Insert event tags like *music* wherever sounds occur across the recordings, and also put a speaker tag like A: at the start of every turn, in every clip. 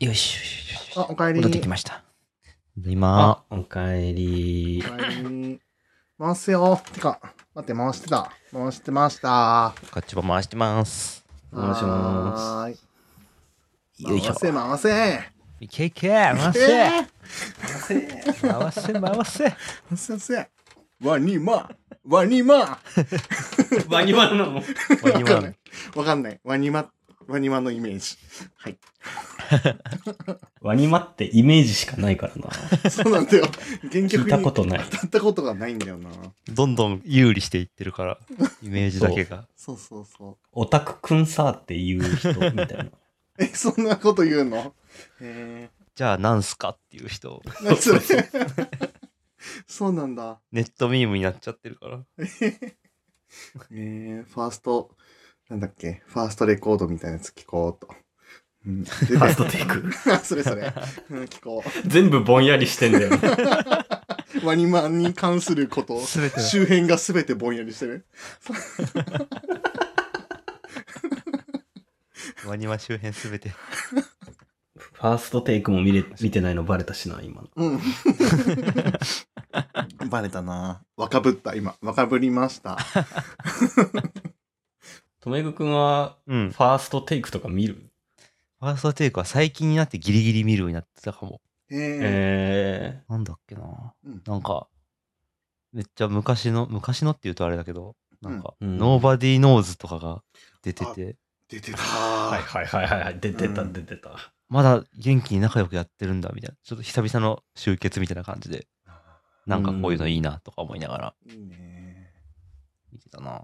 A: よしよしよし。
B: あ、おかえり。
A: 戻ってきました。
C: 今
A: あ、、おかえり。
B: おかえり回すよ。てか、待って、回してた。回してました。。
C: カッチバ回してます。
A: お願いします
C: よいしょ
B: 回。せ、回せ。
C: いけいけ回せ
B: え
C: 回せ回せ
B: ー、先生。ワニマ。ワニマ。
A: ワニワンなの
C: ワニ *laughs* ワ
B: わかんない
C: ン。
B: わかんない。ワニマ。ワニマのイメージ。はい。
A: ワニマってイメージしかないからな。
B: そうなんだよ。原曲
A: 聞いたことない。
B: 当たったことがないんだよな。
C: どんどん有利していってるから、イメージだけが。
B: そうそうそう。
A: オタクくんさーっていう人みたいな。
B: え、そんなこと言うのえ
C: じゃあなんすかっていう人、
B: ー、何それ。 *laughs* そうなんだ。
C: ネットミームになっちゃってるから。
B: えー、ファースト、なんだっけ、ファーストレコードみたいなやつ聞こうと。うん、フ
A: ファーストテイク。
B: *laughs* それそ
A: *laughs*
B: れ。うん、聞こ
A: *laughs* 全部ぼんやりしてんだよね。
B: う。ワニマンに関すること、
C: すべて
B: 周辺が全てぼんやりしてる。
C: ワニマ周辺すべて。
A: ファーストテイクも見れ見てないのバレたしな、今の。 *laughs*
B: うん。バレたな。若ぶった、今。若ぶりました。
A: とめぐくんは、
C: うん。
A: ファーストテイクとか見る
C: ファーストテイクは最近になってギリギリ見るようになってたかも。
B: え
A: え
C: なんだっけな。
B: うん
C: なんか、めっちゃ昔の、昔のって言うとあれだけど、なんか、
A: うん
C: ノーバディーノーズとかが出てて、
B: ー、出て
A: ー。はい
B: た。
A: はいはいはいはい。出てた
B: うん
A: 出てた。
C: まだ元気に仲良くやってるんだみたいな、ちょっと久々の集結みたいな感じで、なんかこういうのいいなとか思いながら
B: いいね。
C: 見てたな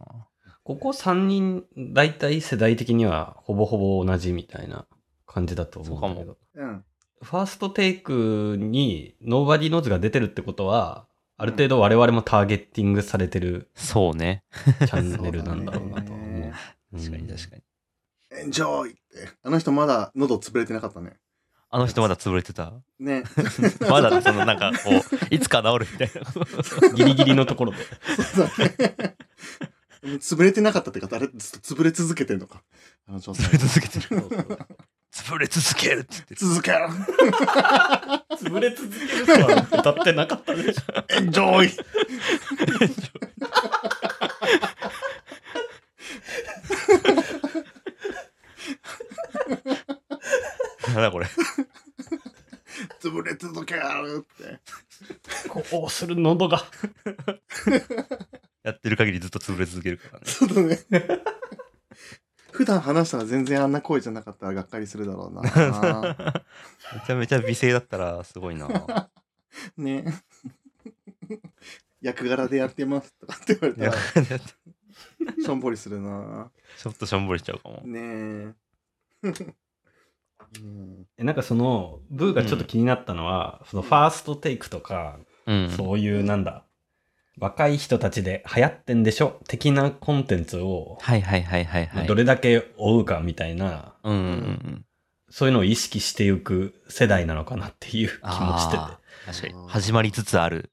A: ここ3人、だいたい世代的にはほぼほぼ同じみたいな感じだと思う
C: そ
A: んだけ
C: うか
A: ど。
B: うん。
A: ファーストテイクにノーバディノーズが出てるってことは、ある程度我々もターゲッティングされてる
C: そうね。
A: チャンネルなんだろうなとは思う。
C: 確かに確か
A: に。
C: に。
B: エンジョイって。あの人まだ喉潰れてなかったね。
C: あの人まだ潰れてた。
B: ね。
C: まだそのなんかこう、いつか治るみたいな。
A: ギリギリのところで。
B: そうだね。 *laughs* 潰れてなかったっていうか、誰ずっと潰れ続けてんのか。あの女性
C: *laughs* 潰れ続けてる。潰れ続けるって言ってる。
B: 続けろ
A: 潰れ続けるとは歌ってなかったでしょ。
B: エンジョイ
C: なんだこれ。
B: 潰れ続けるって。
A: こうする喉が。
C: やってる限りずっと潰れ続けるからね。
B: ちょっとね。普段話したら全然あんな声じゃなかったらがっかりするだろう
A: *laughs*
B: な。
C: めちゃめちゃ美声だったらすごい *laughs* な。
B: ね。役柄でやってますとかって言わ
C: い
B: れ
C: や
B: たら、
C: ち
B: しょんぼりするな。
C: ょっとしょんぼりしちゃうかも。
B: ねえ。うん
A: *laughs* えなんかその、ブーがちょっと気になったのは、そのファーストテイクとか、
C: うん。
A: そういうなんだ、若い人たちで流行ってんでしょ的なコンテンツを、
C: はいはいはいはいはい。
A: どれだけ追うかみたいな、
C: うんうんうん。
A: そういうのを意識していく世代なのかなっていう気もしてて。
C: あー確かに。始まりつつある。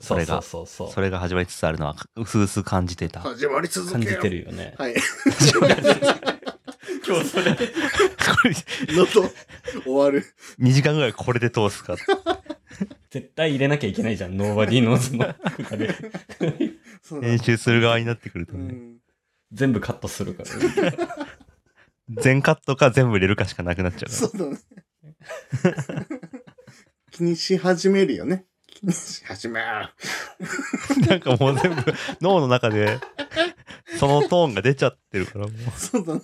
A: そ
C: そうれ
A: そう
C: が
A: そうそう。
C: それが始まりつつあるのは、うすうす感じてた。
B: 始まり続け
A: 感じて
B: る。
A: るよね。
B: はい。
A: 今日それ。
C: これ
B: 喉、終わる。
C: 2時間ぐらいこれで通すか。
A: 絶対入れなきゃいけないじゃん、ノーバディーノーズ *laughs* の中で。
B: そうだ
C: 編集する側になってくると
B: う
C: ね。
B: ん
A: 全部カットするから、ね。
C: 全カットか全部入れるかしかなくなっちゃうか
B: そうだね。気にし始めるよね。気にし始める。
C: ら。なんかもう全部脳の中で、そのトーンが出ちゃってるからもう。
B: そうだね。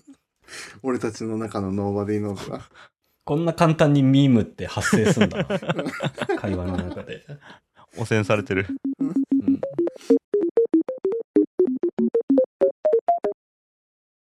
B: 俺たちの中のノーバディーノーズが。
A: こんな簡単にミームって発生すんだな。会話の中で。
C: 汚染されてる。